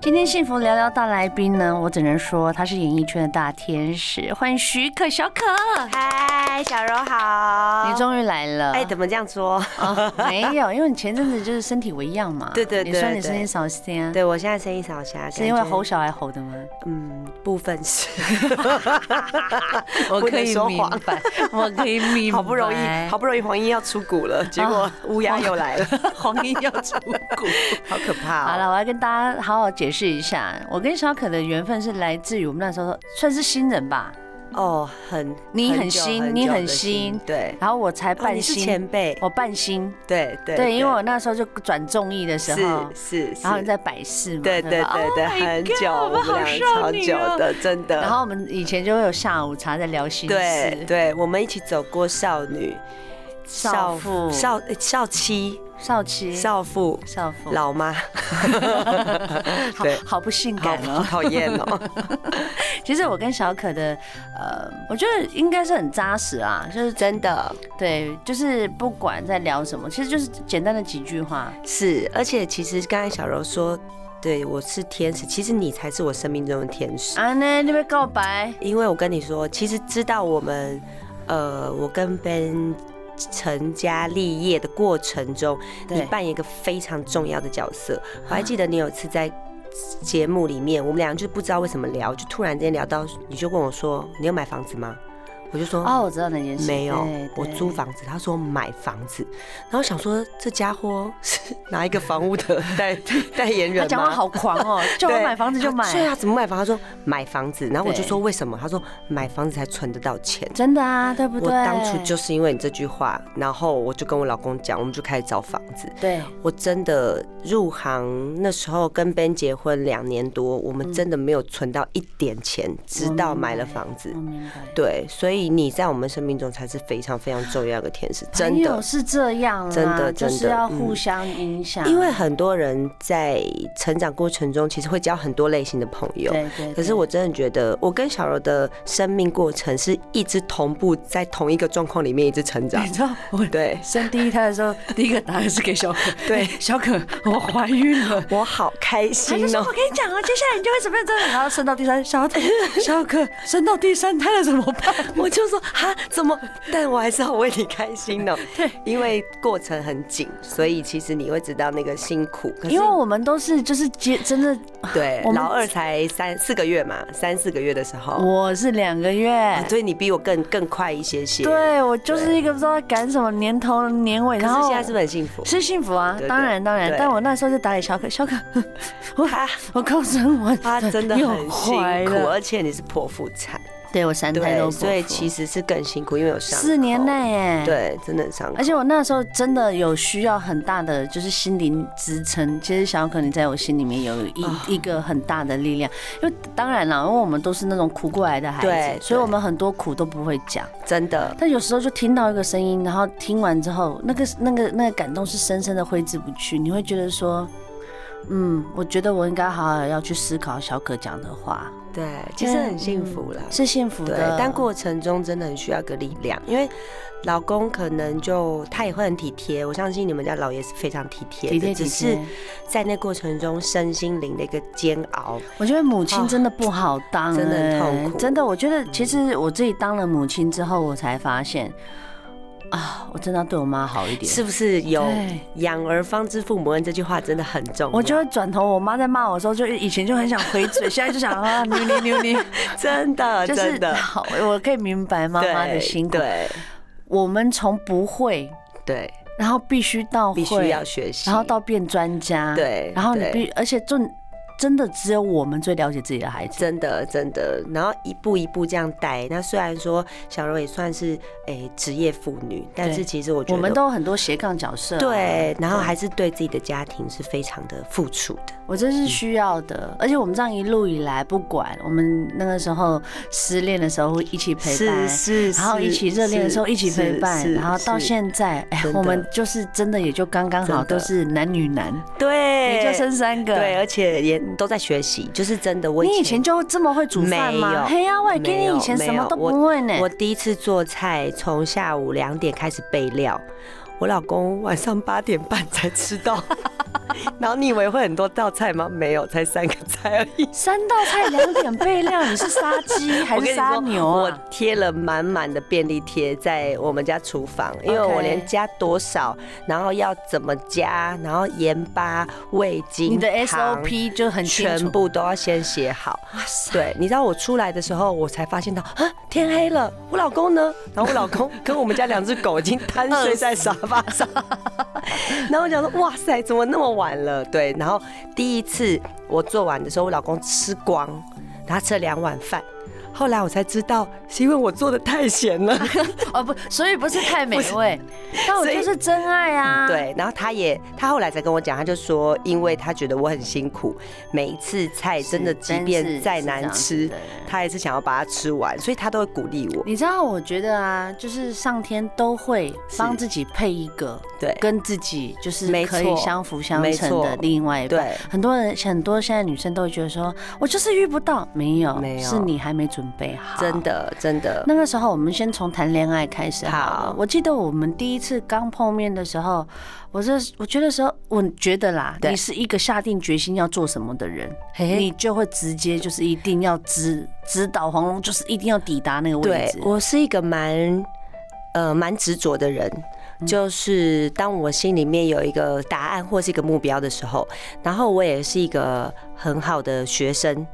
今天幸福聊聊大来宾呢，我只能说她是演艺圈的大天使，欢迎许可小可，嗨，小柔好。你终于来了。哎，怎么这样说？哦，没有，因为你前阵子就是身体为恙嘛。 对对你对说你对声音少些啊，对我现在声音少下，是因为感觉吼，小孩吼的吗？。嗯，部分是不能说谎， 白，我可以明啊好不容易，好不容易黄英要出谷了，结果乌鸦又来了，黄英要出谷。好可怕、哦。好了，我要跟大家好好解释一下，我跟小可的缘分是来自于我们那时候算是新人吧，哦，很，你很久新久你的很新对，然后我才哦，半你是新，前辈，我半新，对对对，因为我那时候就转综艺的时候，是是，然后你在百事嘛，对对吧对对， Oh my 很 God，久，我们好俩少超女久哦的，真的。然后我们以前就会有下午茶在聊心事，对对，我们一起走过少女、少妇少诶少妻、少妻、少妇、少妇，老妈， 好对好不性好感哦。讨厌哦。其实我跟小可的，呃，我觉得应该是很扎实啊，就是 真的对，就是不管在聊什么，其实就是简单的几句话。是，而且其实刚才小柔说，对我是天使，其实你才是我生命中的天使，啊，那那边告白，因为我跟你说，其实知道我们，呃，我跟 Ben。成家立业的过程中，你对扮演一个非常重要的角色。我还记得你有一次在节目里面，我们俩就不知道为什么聊，就突然间聊到，你就跟我说你有买房子吗？我就说哦，我知道那件事，没有对，我租。房子。他说买房子，然后想说这家伙是哪一个房 屋的代代言对人他吗？讲话好狂 哦，叫我对买房子就买他，对啊，怎么买房？他说买房子，然后我就对说为什么？他说买房子才存得到钱。真的啊，对不对？我当初就是因为你这句话，然后我就跟我老公讲，我们就开始找房子。对，我真的入行那时候跟 Ben 结婚两年多，我嗯们真的没有存到一点钱，直到买了房子我。明白。对，所以你在我们生命中才是非常非常重要的天使，朋真友的。是这样啦，真的就真的是要互相影响，因为很多人在成长过程中，其实会交很多类型的朋友。对对。可是对我真的觉得，我跟小柔的生命过程是一直同步在同一个状况里面一直成 长你。知道我对，生第一胎的时候，第一个答案是给小可，对 小可，我怀孕了。我好开他心就说：“哦、我跟你讲啊，接下来你就会怎么样怎么样，然后生到第三，小可，小可生到第三胎了怎么办？我就说哈，怎么？但我还是要为你开心呢、对，因为过程很紧，所以其实你会知道那个辛苦。可是 因为我们都是就是接真的，对我们老二才三四个月嘛，三四个月的时候，我是两个月，所以你比我更更快一些些。，对我就是一个不知道赶什么年头年尾，可然是后现在是不是很幸福？是幸福啊对，对当然当然，对但我那时候就打给小可，小 可，我他我刚生完，他啊真的 很又怀辛苦，了，而且你是剖腹产，对我三胎对，都所以其实实是更辛苦，因为有伤口四年，内耶，。对，真的很伤口而。且我那时候真的有需要很大的就是心灵支撑。其实小可你在我心里面有一、啊一个很大的力量，因为当然了，因为我们都是那种苦过来的孩对子，所以对我们很多苦都不会讲。真的，但有时候就听到一个声音，然后听完之后，那个那个那个感动是深深的挥之不去。你会觉得说，嗯，我觉得我应该好好要去思考小可讲的话，嗯对，其实很幸福啦。是幸福对的，，但过程中真的很需要一个力量，因为老公可能就他也会很体贴，我相信你们家老爷是非常体贴体贴的，体只是贴。在那过程中身心灵的一个煎熬。我觉得母亲真的不好当、真的很痛哎苦真的，我觉得其实我自己当了母亲之后，我才发现，啊，我真的要对我妈好一点。是不是有对“养儿方知父母恩”这句话真的很重要？我就会转头，我妈在骂我的时候，就以前就很想回 嘴，现在就想啊，牛你牛你，真的就真是的，好，我可以明白妈妈的辛苦。对我们从不会，对，然后必须到必须会要，学习，然后到变专家，对然后你对必，而且重真的只有我们最了解自己的孩子。真的真的，然后一步一步这样带。那虽然说小柔也算是诶职、业妇女，但是对其实我觉得我们都有很多斜杠角色啊、对，然后还是对自己的家庭是非常的付出的。我真是嗯需要的，而且我们这样一路以来，不管我们那个时候失恋的时候会一起陪伴，是然后一起热恋的时候一起陪伴，然后到现在，哎真，的我们就是真的也就刚刚好，真的都是男女男，对，你就生三个，对，而且也都在学习，就是真的。我你以前就这么会煮饭没吗？有嘿呀，我也跟没有你以前什没么有都我不会呢。我第一次做菜，从下午两点开始备料，我老公晚上八点半才吃到。 然后你以为会很多道菜吗？没有，才三个菜而已。三道菜两点备料，你是杀鸡 还我跟是你杀说牛我啊？贴了满满的便利贴在我们家厨房，因为我 OK 连加多少，然后要怎么加，然后盐巴、味精、你的糖 SOP 就很清全楚。部都要先写好。哇塞，对，你知道我出来的时候，我才发现到啊，天黑了，我老公呢？然后我老公跟我们家两只狗已经瘫睡在沙发上。 然后我想说，哇塞，怎么那么晚了？对，然后第一次我做完的时候，我老公吃光，他吃了两碗饭。后来我才知道，是因为我做的太咸了。哦不，所以不是太美味，但我所以就是真爱啊。，对，然后他也，他后来才跟我讲，他就说，因为他觉得我很辛苦，每一次菜真的，即便再难吃，他还是想要把它吃完，所以他都会鼓励我。你知道，我觉得啊，就是上天都会帮自己配一个对跟自己就是没可以错相辅相没成的错另外一半。对，很多人，很多现在女生都会觉得说，我就是遇不到，没有，没有是你还没准备好。真的真的，那个时候，我们先从谈恋爱开始好了好我记得我们第一次刚碰面的时候，我这我觉得说，我觉得啦，对你是一个下定决心要做什么的人，嘿你就会直接就是一定要直直导黄龙，就是一定要抵达那个位对置。我是一个蛮呃蛮执着的人。嗯就是当我心里面有一个答案或是一个目标的时候，然后我也是一个很好的学生，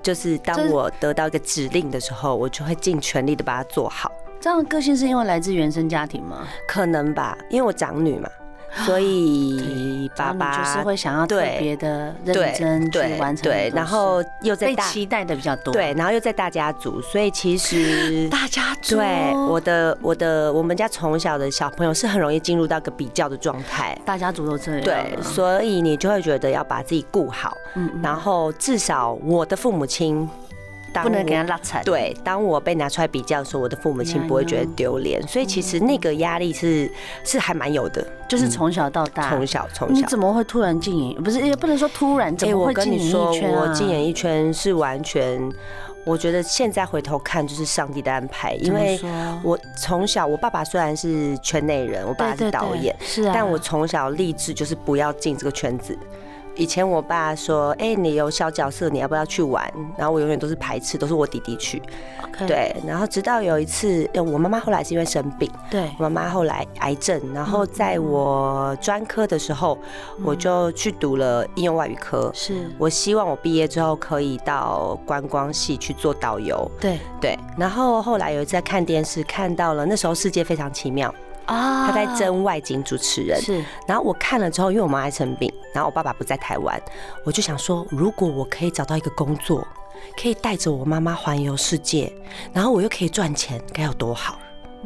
就是这当我得到一个指令的时候，我就会尽全力的把它做好，这样的个性是因为来自原生家庭吗？可能吧，因为我长女嘛，啊所以爸然后爸你就是会想要特对别的认对真去对完成很多对事，，然后又在被大期待的比较多。对，然后又在大家族，所以其实 大家族对，我的我的我们家从小的小朋友是很容易进入到一个比较的状态，大家族都这样。对，所以你就会觉得要把自己顾好，嗯啊嗯然后至少我的父母亲，当不能给我他哎拉踩。对，当我被拿出来比较的时候，我的父母呀亲不会觉得呀丢脸，所以其实那个压力是是还蛮有的，就是从小到大，嗯从小从你小。怎么会突然进演？不是，也不能说突然，怎哎、么我会跟进你演说艺，圈、啊我进演艺圈是完全，我觉得现在回头看就是上帝的安排，因为怎么说我从小，我爸爸虽然是圈内人，我爸爸对对是导演，对是啊，但我从小立志就是不要进这个圈子。以前我爸说：“哎、你有小角色，你要不要去玩？”然后我永远都是排斥，都是我弟弟去。 OK，对，然后直到有一次，呃我妈妈后来是因为生病，对我妈妈后来癌症，然后在嗯我专科的时候，我就去读了应用外语科。是，我希望我毕业之后可以到观光系去做导游，对对，然后后来有一次在看电视，看到了那时候世界非常奇妙，啊他在争外景主持人。是然后我看了之后，因为我妈还生病，然后我爸爸不在台湾，我就想说，如果我可以找到一个工作，可以带着我妈妈环游世界，然后我又可以赚钱，该有多好！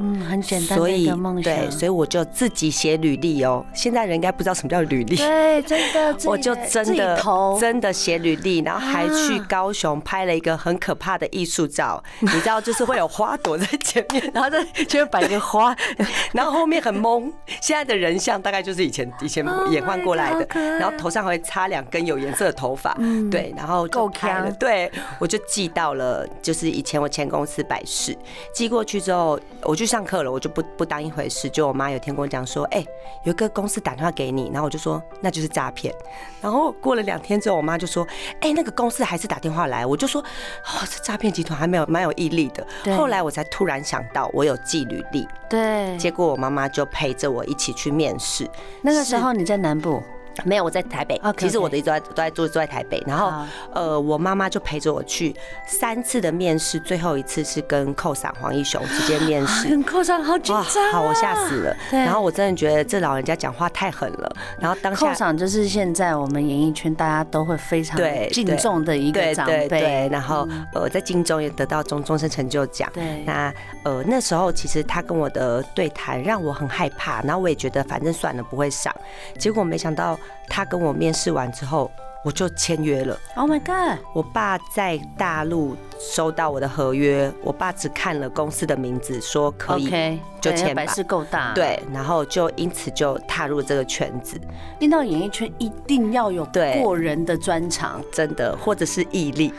嗯，很简单所的一以个梦想，对，所以我就自己写履历哦。现在人应该不知道什么叫履历。对真的，自己我就的真自己的投真的写履历，然后还去啊高雄拍了一个很可怕的艺术照，你知道，就是会有花朵在前面，然后在前面摆一个 花，然后后面很懵。现在的人像大概就是以前以前 Oh my 演换过来 God，好的可爱，然后头上还会插两根有颜色的头发，对，然后就够拍了强对我就寄到了，就是以前我前公司百事寄过去之后，我去上课了，我就不不当一回事。就我妈有天跟我讲说，哎、有一个公司打电话给你，然后我就说那就是诈骗。然后过了两天之后，我妈就说，哎、那个公司还是打电话来，我就说，哦，这诈骗集团还没有蛮有毅力的对。后来我才突然想到，我有寄履历，对，结果我妈妈就陪着我一起去面试。那个时是候你在南部，没有，我在台北。 OK，OK 其实我的一直都在都在住住在台北，然后好呃，我妈妈就陪着我去三次的面试，最后一次是跟寇赏黄义雄直接面啊，试。很扣上，好紧哇张、啊，好，我吓死了。对然后我真的觉得这老人家讲话太狠了。然后当下扣赏就是现在我们演艺圈大家都会非常对敬重的一个对长对辈，嗯对，然后呃，在金钟也得到终终身成就奖。对那呃那时候其实他跟我的对谈让我很害怕，然后我也觉得反正算了不会上，结果没想到他跟我面试完之后我就签约了。 ，Oh my God，我爸在大陆收到我的合约，我爸只看了公司的名字说可以 OK，就对签吧百事够大，，对，然后就因此就踏入这个圈子，进到演艺圈一定要有对过人的专长，真的或者是毅力，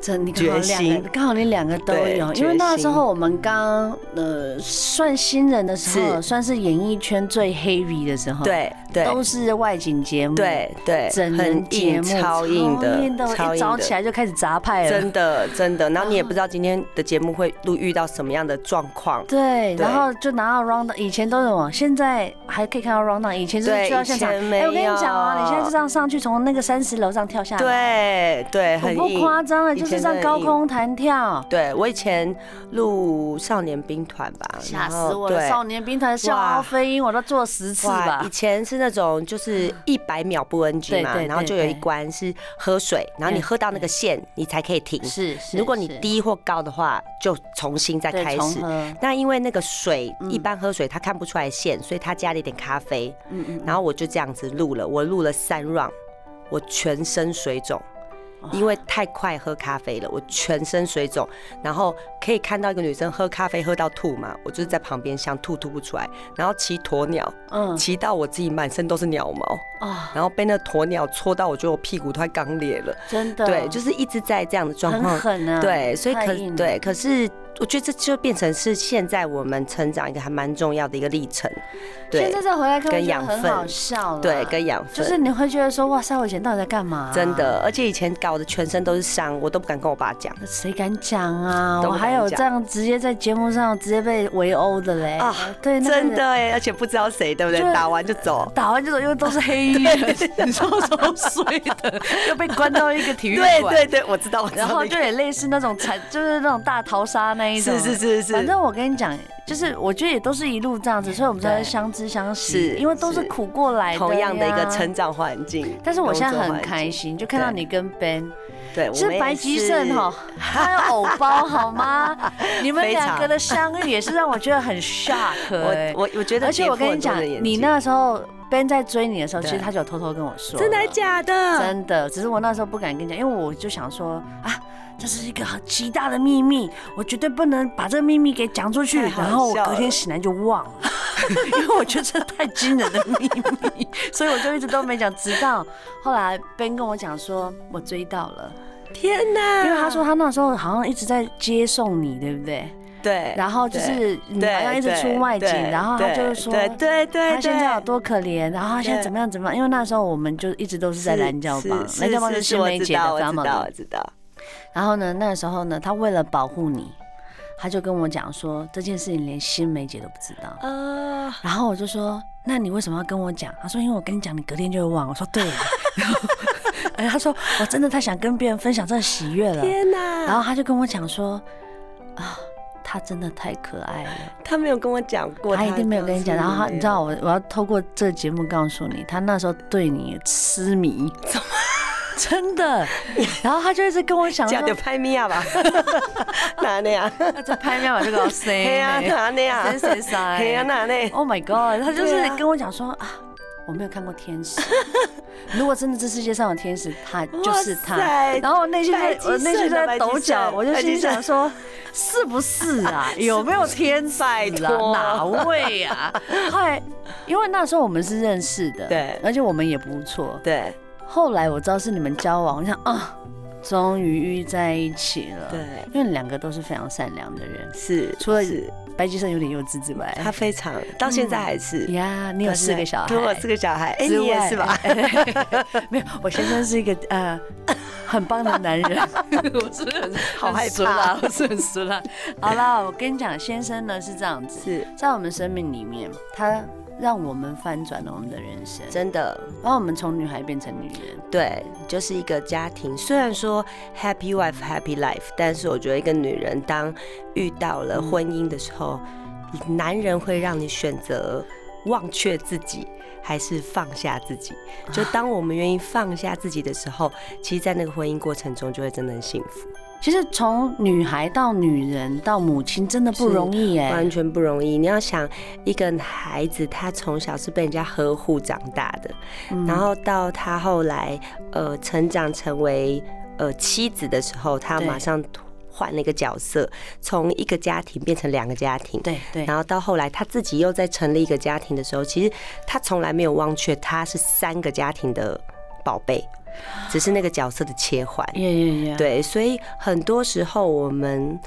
真的刚好决两心个，刚好你两个都对有，决因为那时心候我们刚呃算新人的时候，是算是演艺圈最 heavy 的时候，，对对都是外景节目，，对对，整人很节硬目超硬的，我超一硬早起的。来就开始砸派了，真的，真的，然后你也不知道今天的节目会录遇到什么样的状况，对，对然后就拿到 round，以前都有啊，现在还可以看到 round，以前就是对去到现场，以前没有我跟你讲啊，你现在就这样上去，从那个三十楼上跳下来，对对，我很啊不硬。夸张了，以就前是这样高空弹跳，对我以前录少年兵团吧，吓然死后我了！对少年兵团笑哇傲飞鹰，我都做了十次哇，吧以。前是那种就是一百秒不 NG 对嘛，对然后对就有一对关是喝水，然后你对喝到那个线，你才可以停。是，是如果你是低或高的话，就重新再对开重始。合那因为那个水嗯一般喝水它看不出来线，所以他加了一点咖啡，嗯嗯，然后我就这样子录了，我录了三 round，我全身水肿。因为太快喝咖啡了，我全身水肿，然后可以看到一个女生喝咖啡喝到吐嘛，我就是在旁边想吐吐不出来，然后骑鸵鸟，嗯骑到我自己满身都是鸟毛，啊，然后被那鸵鸟戳到，我觉得我屁股突然刚裂了，真的对，就是一直在这样的状很况狠啊，对，所以太可硬了对，可是我觉得这就变成是现在我们成长一个还蛮重要的一个历程，现对在再回来看，跟就养很分好笑了，对，跟养啊就分。是你会觉得说，哇塞，我以前到底在干嘛啊？真的，而且以前搞得全身都是伤，我都不敢跟我爸讲谁敢讲啊？都我不还敢有讲这样直接在节目上直接被围殴的嘞！啊，对，那个真的哎，而且不知道谁，对不对就是？打完就 走，打完这种又都是黑衣人， 你说超衰的，又被关到一个体育对馆，对对，我知道，我知道然后那个就也类似那种惨， 就是那种大逃杀那一种。是是是反是，正我跟你讲，就是我觉得也都是一路这样子，所以我们才会相知相惜，是因为都是是苦过来的同样的一个呀成。长环境。但是我现在工作很环开境，心，就看到对你跟 Ben。对，我是们也白吉胜 哈，还有偶包好 吗？你们非常两个的相遇也是让我觉得很 shock 哎 我我我觉得而且跌我跟破你很多人讲的，眼你睛那时候 Ben 在追你的时候，其对实他就有偷偷跟我说，真的还假的？真的，只是我那时候不敢跟你讲，因为我就想说啊，这是一个很极大的秘密，我绝对不能把这个秘密给讲出去。太好然后我笑隔天了醒来就忘了， 因为我觉得这太惊人的秘密， 所以我就一直都没讲。直到后来 Ben 跟我讲说，我追到了。天哪！因为他说他那时候好像一直在接送你，对不对？对，然后就是你对好像一直出外景，对然后他对就是说对对对，他现在有对多可怜，然后他现在对怎么样怎么样？因为那时候我们就一直都是在蓝教帮，是蓝教帮是是是新我梅知姐的道我 family。知道，我知道，然后呢，那时候呢，他为了保护你，他就跟我讲说这件事情连新梅姐都不知道。啊，然后我就说，那你为什么要跟我讲？他说，因为我跟你讲，你隔天就会忘。我说 对。然后哎，他说我真的太想跟别人分享这个喜悦了。天哪！然后他就跟我讲说，啊，他真的太可爱了，他没有跟我讲过，他一定没有跟你讲。然后他，你知道我我我要透过这个节目告诉你，他那时候对你痴 迷，真的。然后他就一直跟我讲讲说的，拍咪 啊吧， 哪那样？他在拍妙这 个嘿啊呀，谁哪那样？谁谁 嘿呀，哪那？ Oh my god！他就是对啊跟我讲说啊，我没有看过天使。如果真的这世界上有天使，他就是他哇。塞然后我内心在白，金我内心圣啊在抖脚，我白金圣就心想说，是不是啊？有没有天使啊拜？托哪位啊？ 后来，因为那时候我们是认识的，对而且我们也不错。对后来我知道是你们交往，我想啊，终于遇在一起了。对，因为你两个都是非常善良的人，是，嗯除了是白吉生有点幼稚之外，他非常到现在还是。呀，嗯你有到现四在个小孩，对，我四个小孩，哎，之你也外是吧？？ 没有，我先生是一个呃很棒的男 人，我是很好害怕很俗辣，我是很熟啦。好啦，我跟你讲，先生呢是这样子，是在我们生命里面，他让我们翻转了我们的人生，真的，然后我们从女孩变成女人。对，就是一个家庭。虽然说 happy wife happy life，但是我觉得一个女人当遇到了婚姻的时候，男人会让你选择忘却自己，还是放下自己。就当我们愿意放下自己的时候，其实，在那个婚姻过程中，就会真的很幸福，其实从女孩到女人到母亲真的不容易哎，完全不容易。你要想，一个孩子他从小是被人家呵护长大的，嗯然后到他后来呃成长成为呃妻子的时候，他对马上换了一个角色，从一个家庭变成两个家庭。对对然后到后来他自己又再成立一个家庭的时候，其实他从来没有忘却他是三个家庭的宝贝，只是那个角色的切换。耶耶耶，对，所以很多时候我们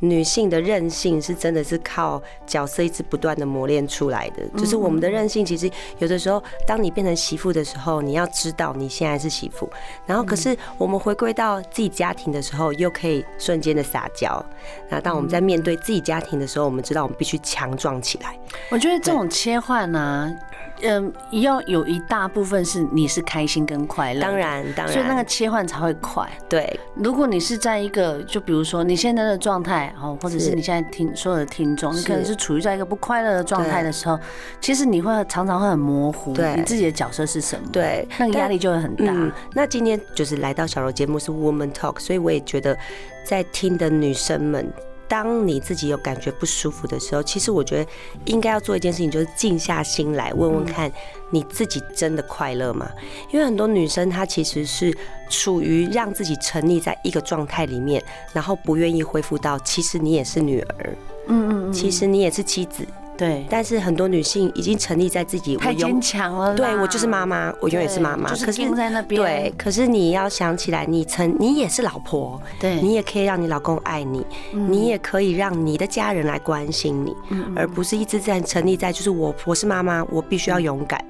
女性的韧性是真的是靠角色一直不断的磨练出来的。就是我嗯们的韧性，其实有的时候，当你变成媳妇的时候，你要知道你现在是媳妇，然后可是嗯我们回归到自己家庭的时候，又可以瞬间的撒娇。那当我们在面嗯对自己家庭的时候，我们知道我们必须强壮起来。我觉得这种切换呢，嗯，要有一大部分是你是开心跟快乐，当，然，当然，所以那个切换才会快。对如果你是在一个，就比如说你现在的状态哦，或者是是你现在听所有的听众，你是可能是处于在一个不快乐的状态的时候，其实你会常常会很模糊，对你自己的角色是什么，，对，那个但压力就会很大。嗯，那今天就是来到小柔节目是 Woman Talk，所以我也觉得在听的女生们。当你自己有感觉不舒服的时候，其实我觉得应该要做一件事情，就是静下心来问嗯问看，你自己真的快乐吗？因为很多女生她其实是处于让自己沉溺在一个状态里面，然后不愿意恢复到，其实你也是女儿，嗯嗯嗯，其实你也是妻子，对，但是很多女性已经沉溺在自己，我太坚永强了啦，对我就是妈妈，我对，永远是妈妈，就是定在那边，对，可是你要想起来，你曾你也是老婆，对，你也可以让你老公爱你，你也可以让你的家人来关心你，而不是一直在沉溺在就是我我是妈妈，我必须要勇敢。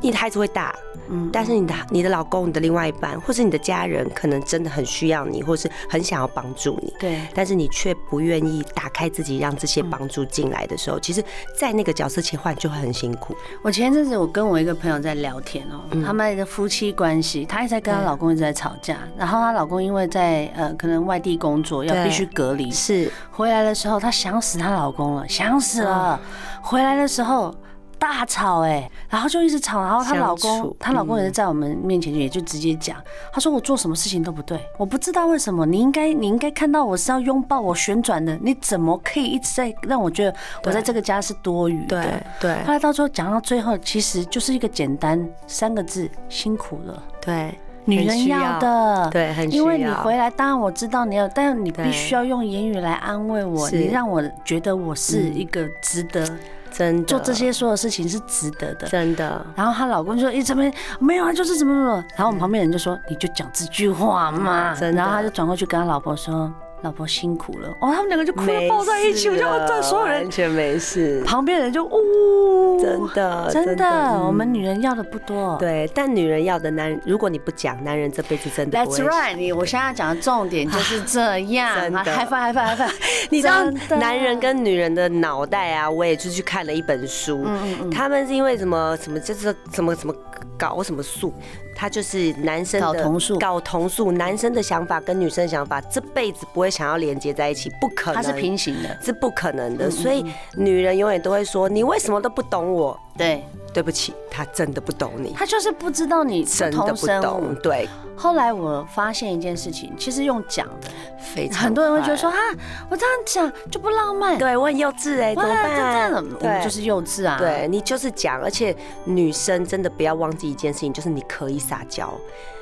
你的孩子会大，嗯但是你的你的老公、你的另外一半，或是你的家人，可能真的很需要你，或是很想要帮助你。对。但是你却不愿意打开自己，让这些帮助进来的时候，其实，在那个角色切换就会很辛苦。我前一阵子我跟我一个朋友在聊天哦、嗯他们的夫妻关系，她一直在跟她老公一直在吵架，然后她老公因为在呃可能外地工作要对必须隔离，是，回来的时候她想死她老公了，想死哦了，回来的时候。大吵哎、然后就一直吵，然后她相老公处，嗯她老公也是在我们面前也就直接讲，她说我做什么事情都不对，我不知道为什么，你应该你应该看到我是要拥抱我旋转的，你怎么可以一直在让我觉得我在这个家是多余的？对后来到最后讲到最后，其实就是一个简单三个字：辛苦了，对，女人要的。对，很需要。因为你回来，当然我知道你有，但你必对须要用言语来安慰我，是你让我觉得我是一个值得真的做这，些所有事情是值得的。真的然后她老公就一直没没有啊，就是怎么怎么。然后我们旁边人就说：“你就讲这句话嘛。”嗯真的然后她就转过去跟她老婆说：“老婆辛苦了。”哦，他们两个就哭得没抱在一起，事我就了这所有人完全没事，旁边人就呜，真的呃真的，哦嗯我们女人要的不多。对。但女人要的男，如果你不讲，男人这辈子真的不会 That's。right，你我啊现在讲的重点就是这样。真啊的嗨翻嗨翻嗨翻， 你知道真的男人跟女人的脑袋啊，我也就去看了一本书，嗯他们是因为什么什么就是什么什么搞什么素，他就是男生的睾酮素睾酮素，男生的想法跟女生的想法这辈子不会想要连接在一起，不可能，它是平行的，是不可能嗯的，所以女人永远都会说你为什么都不懂我，对，对不起，他真的不懂你，他就是不知道你不真的同不生懂物。，对，后来我发现一件事情，其实用讲的，非常很多人会觉得快，说啊，我这样讲就不浪漫，对我很幼稚哎，怎哇，么这样办？我们就是幼稚啊，对你就是讲，而且女生真的不要忘记一件事情，就是你可以撒娇，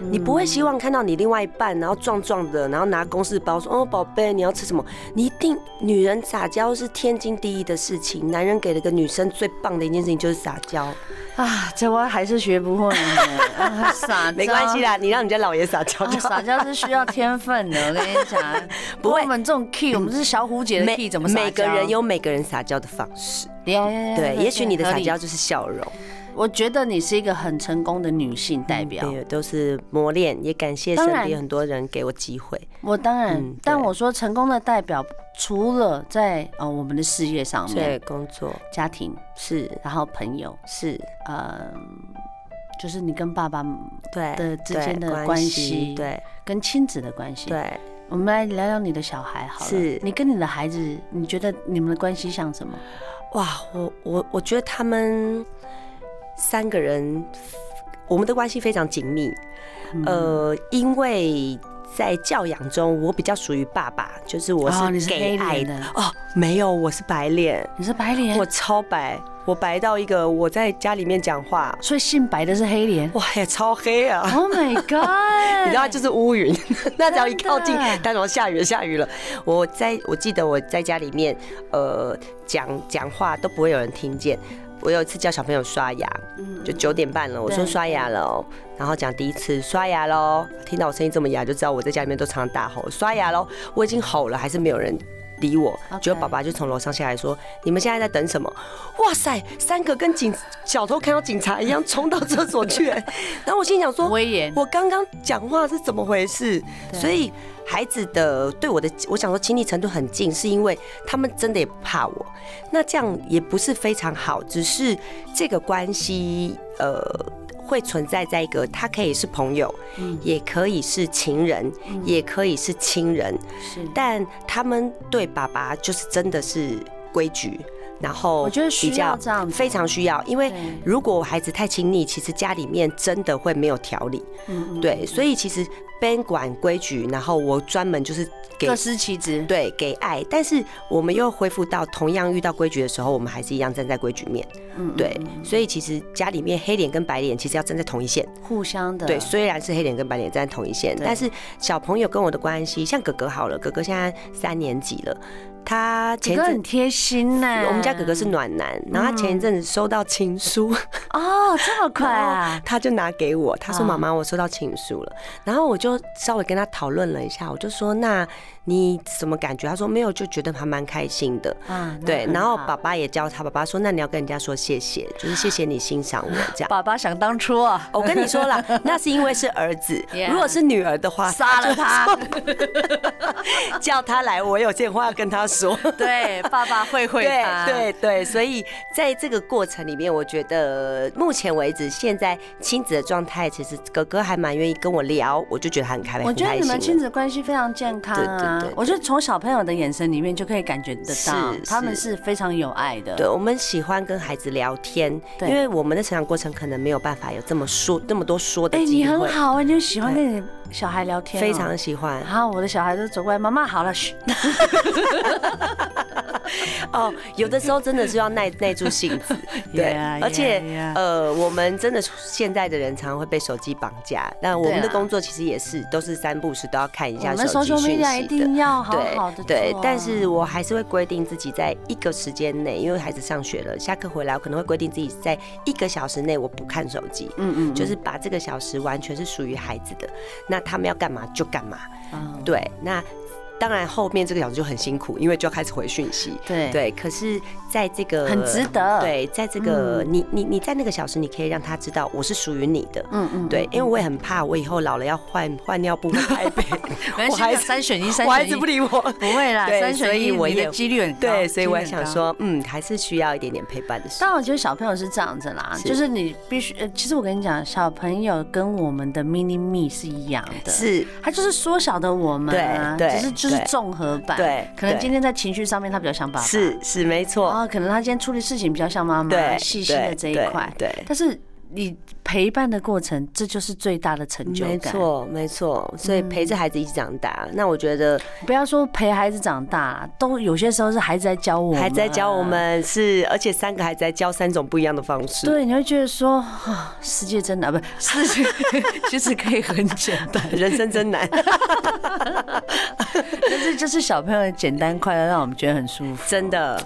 嗯你不会希望看到你另外一半，然后壮壮的，然后拿公事包说哦宝贝你要吃什么？你一定女人撒娇是天经地义的事情，男人给了个女生最棒的一件事情就是撒娇，啊，这我还是学不会呢，啊 撒娇没关系。啦，你让你家老爷撒娇啊就好撒娇是需要天分 的，我跟你讲，不会嗯我们这种 key，我们是小虎姐的 key，怎么撒娇？哎每个人有每个人撒娇的方式， Yeah, yeah, yeah, 对，也许你的撒 yeah, 娇就是笑容，合理我觉得你是一个很成功的女性代表。嗯对，都是磨练，也感谢当身然边很多人给我机会。我当然，嗯但对我说成功的代表，除了在呃我们的事业上对，面、工作家庭，是然后朋友，是，呃，就是你跟爸爸对的之对间的关关系对跟亲子的关系。，对，我们来聊聊你的小孩好了。是你跟你的孩子，你觉得你们的关系像什么？哇，我我我觉得他们三个人，我们的关系非常紧密。嗯呃，因为在教养中，我比较属于爸爸，就是我哦你是黑给爱脸的哦，没有，我是白脸，你是白脸我，超白，我白到一个我在家里面讲话，所以姓白的是黑脸。哇，也超黑啊。 Oh my god！你知道它就是乌云， 那只要一靠近真的，它说下雨了，下雨了。我在我记得我在家里面，呃，讲讲话都不会有人听见。我有一次叫小朋友刷牙，就九点半了，我嗯说对刷牙了哦，然后讲第一次刷牙喽，听到我声音这么哑，就知道我在家里面都常常大吼刷牙喽。我已经吼了，还是没有人。理我 OK，结果爸爸就从楼上下来说：“你们现在在等什么？”哇塞，三个跟警小偷看到警察一样冲到厕所去、哎 然后我心里想说：“威严。我刚刚讲话是怎么回事？对所以孩子的对我的，我想说亲密程度很近，是因为他们真的也不怕我。那这样也不是非常好，只是这个关系，呃。会存在在一个，他可以是朋友，嗯也可以是情人，也可以是亲人，是，但他们对爸爸就是真的是规矩，然后我觉得比需较要这样子非常需要，因为对如果孩子太亲密，其实家里面真的会没有条理。嗯，对，所以其实边管规矩，然后我专门就是给各司其职。对给爱，但是我们又恢复到同样遇到规矩的时候，我们还是一样站在规矩面。嗯，嗯对，所以其实家里面黑脸跟白脸其实要站在同一线。互相的。对，虽然是黑脸跟白脸站在同一线，啊对但是小朋友跟我的关系，像哥哥好了，哥哥现在三年级了，他哥前哥阵很贴心呢。我们家哥哥是暖男，然后他前一嗯阵子收到情书。 哦，这么快啊！他就拿给我，他说：“啊妈妈，我收到情书了。”然后我就稍微跟他讨论了一下，我就说：“那你什么感觉？”他说：“没有，就觉得还蛮开心的。啊”，那对，很然后好爸爸也教他，爸爸说：“那你要跟人家说谢谢，就是谢谢你欣赏我 这样。爸爸想当初啊”，我跟你说了，那是因为是儿子 Yeah 如果是女儿 的话，杀了他。叫他来，我有件话要跟他说。对，爸爸会会对他。对对，所以在这个过程里面，我觉得目前为止，现在亲子的状态，其实哥哥还蛮愿意跟我聊，我就觉得很开我很觉得开你心们了。亲子关系非常健康啊！对对对对我觉得从小朋友的眼神里面就可以感觉得到，是他们是是非常有爱的。对，我们喜欢跟孩子聊天，对因为我们的成长过程可能没有办法有这么说那么多说的哎、机你会，很好啊，你就喜欢跟你小孩聊天哦、非常喜欢然后我的小孩都走过来，妈妈好了，嘘，哦。有的时候真的是要耐耐住性 子，对 Yeah, 而且 yeah, yeah 呃，我们真的现在的人常常会被手机绑架，但我们对的啊工作其实也是都是三不时都要看一我下们手机 social 讯 media 一息的。定要好对好的、啊对，但是我还是会规定自己在一个时间内，因为孩子上学了，下课回来，我可能会规定自己在一个小时内我不看手机，嗯嗯，就是把这个小时完全是属于孩子的，那他们要干嘛就干嘛。嗯对，那当然后面这个小时就很辛苦，因为就要开始回讯息。对对，可是在这个很值得对，在这个、你你你在那个小时，你可以让他知道我是属于你的。嗯嗯，对，因为我也很怕，我以后老了要换 换尿布、换拍被 没关，系我孩那子三选一三我孩选一子不理我，不会啦，对三所选以一，我你也的几率很高。 对，所以我几率很想高。说，嗯，还是需要一点点陪伴的时候。但我觉得小朋友是这样子啦，是就是你必须，呃，其实我跟你讲，小朋友跟我们的 mini me 是一样的，是他就是缩小的我们啊，对对只是就是对综合版，对可能对今天在情绪上面他比较像爸爸，是是，没错。啊，可能他今天处理事情比较像妈妈，对细心的这一块，对对但是你陪伴的过程，这就是最大的成就没感。嗯错，没错，所以陪着孩子一起长大。那我觉得不要说陪孩子长大，都有些时候是孩子在教我们，啊还在教我。们是，而且三个还在教三种不一样的方式。对，你会觉得说，啊，世界真 难，不是世界其实可以很简单， 人生真难，但是就是小朋友的简单快乐，让我们觉得很舒服。真，的。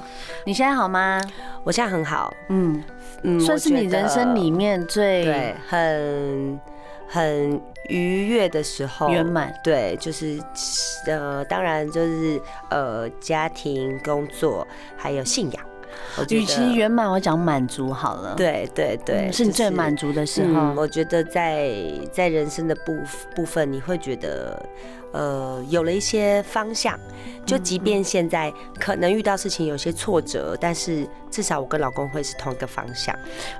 你现在好吗？我现在很好，嗯，嗯，算是你我觉得人生里面最对很很愉悦的时候。圆满。对，就是呃，当然就是呃，家庭、工作还有信仰。我觉得与其圆满，我讲满足好了。对对对，嗯是你就最满足的时嗯，候。我觉得在在人生的部部分，你会觉得，呃，有了一些方向。就即便现在可能遇到事情有些挫折，但是至少我跟老公会是同一个方向，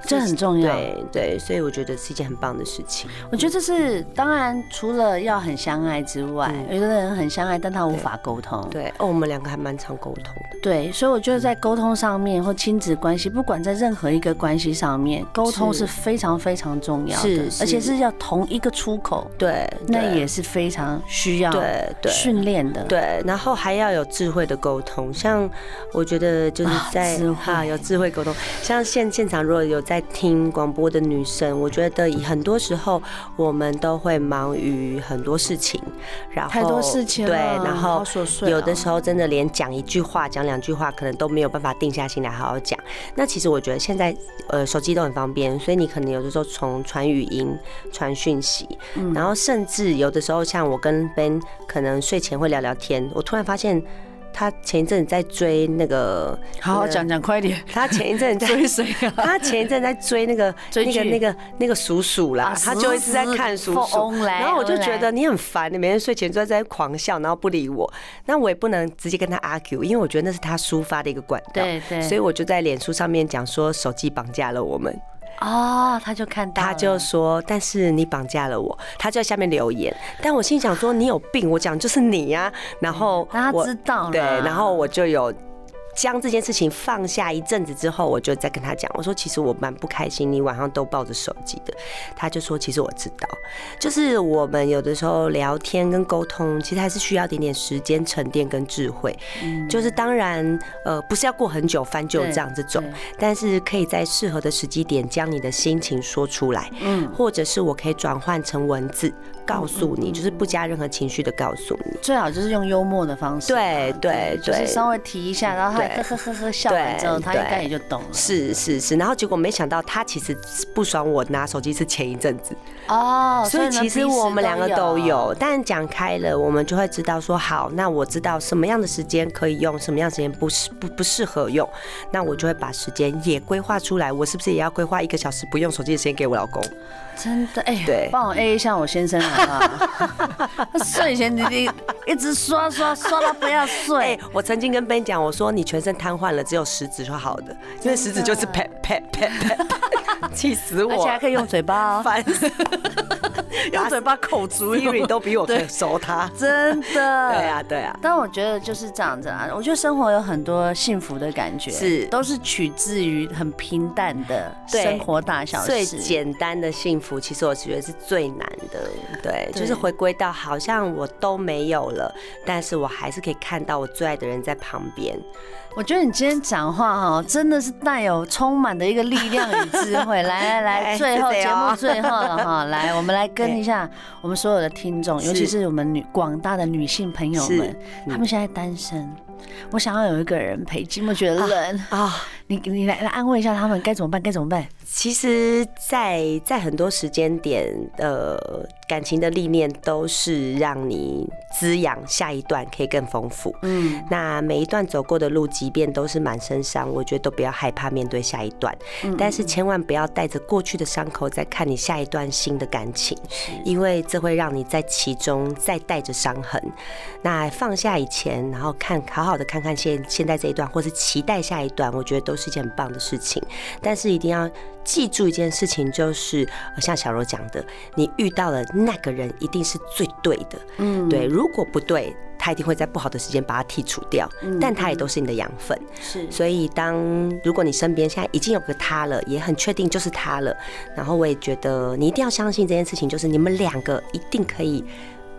这很重要对对，所以我觉得是一件很棒的事情。我觉得这是当然，除了要很相爱之外，嗯有的人很相爱，但他无法沟通。对哦，我们两个还蛮常沟通的。对，所以我觉得在嗯沟通上面或亲子关系，不管在任何一个关系上面，沟通是是非常非常重要的是，是而且是要同一个出口，对，那对也是非常需要对对训练的。对，然后还要有智慧的沟通。像我觉得就是啊在智哈、慧有智慧沟通。像现现场如果有在听广播的女生，我觉得以很多时候我们都会忙于很多事情，然后太多事情了，对，然好后。琐碎哦有的时候真的连讲一句话、讲两句话，可能都没有办法定下心来好好讲。那其实我觉得现在，呃，手机都很方便，所以你可能有的时候从传语音、传讯息，嗯然后甚至有的时候，像我跟 Ben 可能睡前会聊聊天，我突然发现他前一阵子在追那个，好好讲讲，快点他前一阵子 在追谁啊？他前一阵在追那个 追那个剧啊那个那个鼠鼠啦，他就一直在看鼠鼠。然然后我就觉得你很烦，你每天睡前就在那狂笑，然后不理我。那我也不能直接跟他 argue，因为我觉得那是他抒发的一个管道。对对，所以我就在脸书上面讲说手机绑架了我们，哦，他就看到了，他就说：“但是你绑架了我。”他就在下面留言，但我心想说：“你有病，我讲就是你呀、然后让嗯他我知道了，对，然后我就有将这件事情放下一阵子之后，我就再跟他讲，我说：“其实我蛮不开心，你晚上都抱着手机的。”他就说：“其实我知道，就是我们有的时候聊天跟沟通，其实还是需要一点点时间沉淀跟智慧。嗯就是当然，呃，不是要过很久翻旧账这种对，但是可以在适合的时机点将你的心情说出来。”嗯，或者是我可以转换成文字告诉你，就是不加任何情绪的告诉你。最好就是用幽默的方式嘛，对对就是对，稍微提一下，然后他对呵呵呵呵笑完之后，对他应该也就懂了。是是是。然后结果没想到他其实不爽我拿手机是前一阵子，哦，所以呢其实彼此我们两个都有。但讲开了，我们就会知道说，好，那我知道什么样的时间可以用，什么样的时间不适不不适合用，那我就会把时间也规划出来。我是不是也要规划一个小时不用手机的时间给我老公？真的哎对，帮我 A 一下我先生好不好？他睡前你你一直刷刷刷到不要哎、 睡，我曾经跟 Ben 讲，我说你全身瘫痪了，只有食指是好的，因为食指就是 pat pat pat pat，气 死而且我还，可以用嘴巴哦，烦死。用嘴巴口足 Siri 都比我对熟他。真的。对啊，对啊，但我觉得就是这样子啊，我觉得生活有很多幸福的感觉，是都是取自于很平淡的对生活大小最事。简单的幸福，其实我觉得是最难的。对，对就是回归到好像我都没有了，但是我还是可以看到我最爱的人在旁边。我觉得你今天讲话哦，真的是带有充满的一个力量与智 慧。来来来，哎最后是节的哦目最后了 哈，来我们来跟哎一下我们所有的听众，是尤其是我们女广大的女性朋友们哎是，嗯她们现在单身，我想要有一个人陪，寂寞觉得冷，啊、你你来来安慰一下她们，该怎么办？该怎么办？其实在，在很多时间点，呃，感情的历练都是让你滋养下一段可以更丰富。嗯，那每一段走过的路，即便都是满身伤，我觉得都不要害怕面对下一段，但是千万不要带着过去的伤口再看你下一段新的感情，因为这会让你在其中再带着伤痕。那放下以前，然后看好好的看看现现在这一段，或是期待下一段，我觉得都是一件很棒的事情。但是一定要记住一件事情，就是呃像小柔讲的，你遇到了那个人一定是最对的。嗯，对，如果不对。他一定会在不好的时间把它剔除掉，但他也都是你的养分。是所以当如果你身边现在已经有个他了，也很确定就是他了，然后我也觉得你一定要相信这件事情，就是你们两个一定可以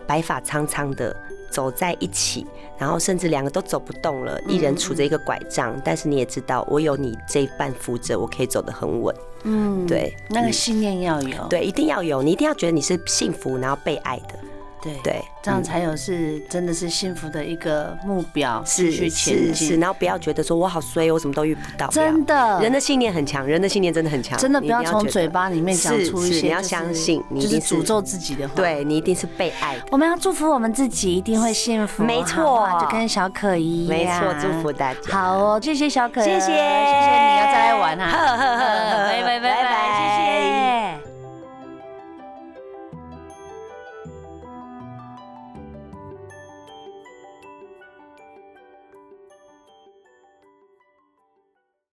白发苍苍的走在一起，然后甚至两个都走不动了，一人杵着一个拐杖，但是你也知道，我有你这一半扶着，我可以走得很稳。嗯，对那个信念要有，对，一定要有，你一定要觉得你是幸福，然后被爱的。对对，这样才有是真的是幸福的一个目标，继续是前是是，进。然后不要觉得说我好衰，我什么都遇不到。不要真的，人的信念很强，人的信念真的很强，嗯真的你不一定要从觉得嘴巴里面讲是出一是些，你要相信，你就一是定诅咒自己的话。，对你一定是被爱的。我们要祝福我们自己，一定会幸福。没错好不好就跟小可一样。没错，祝福大家。好哦，谢谢小可，谢谢，谢谢你要再来玩啊。呵呵呵呵拜拜拜拜，谢谢。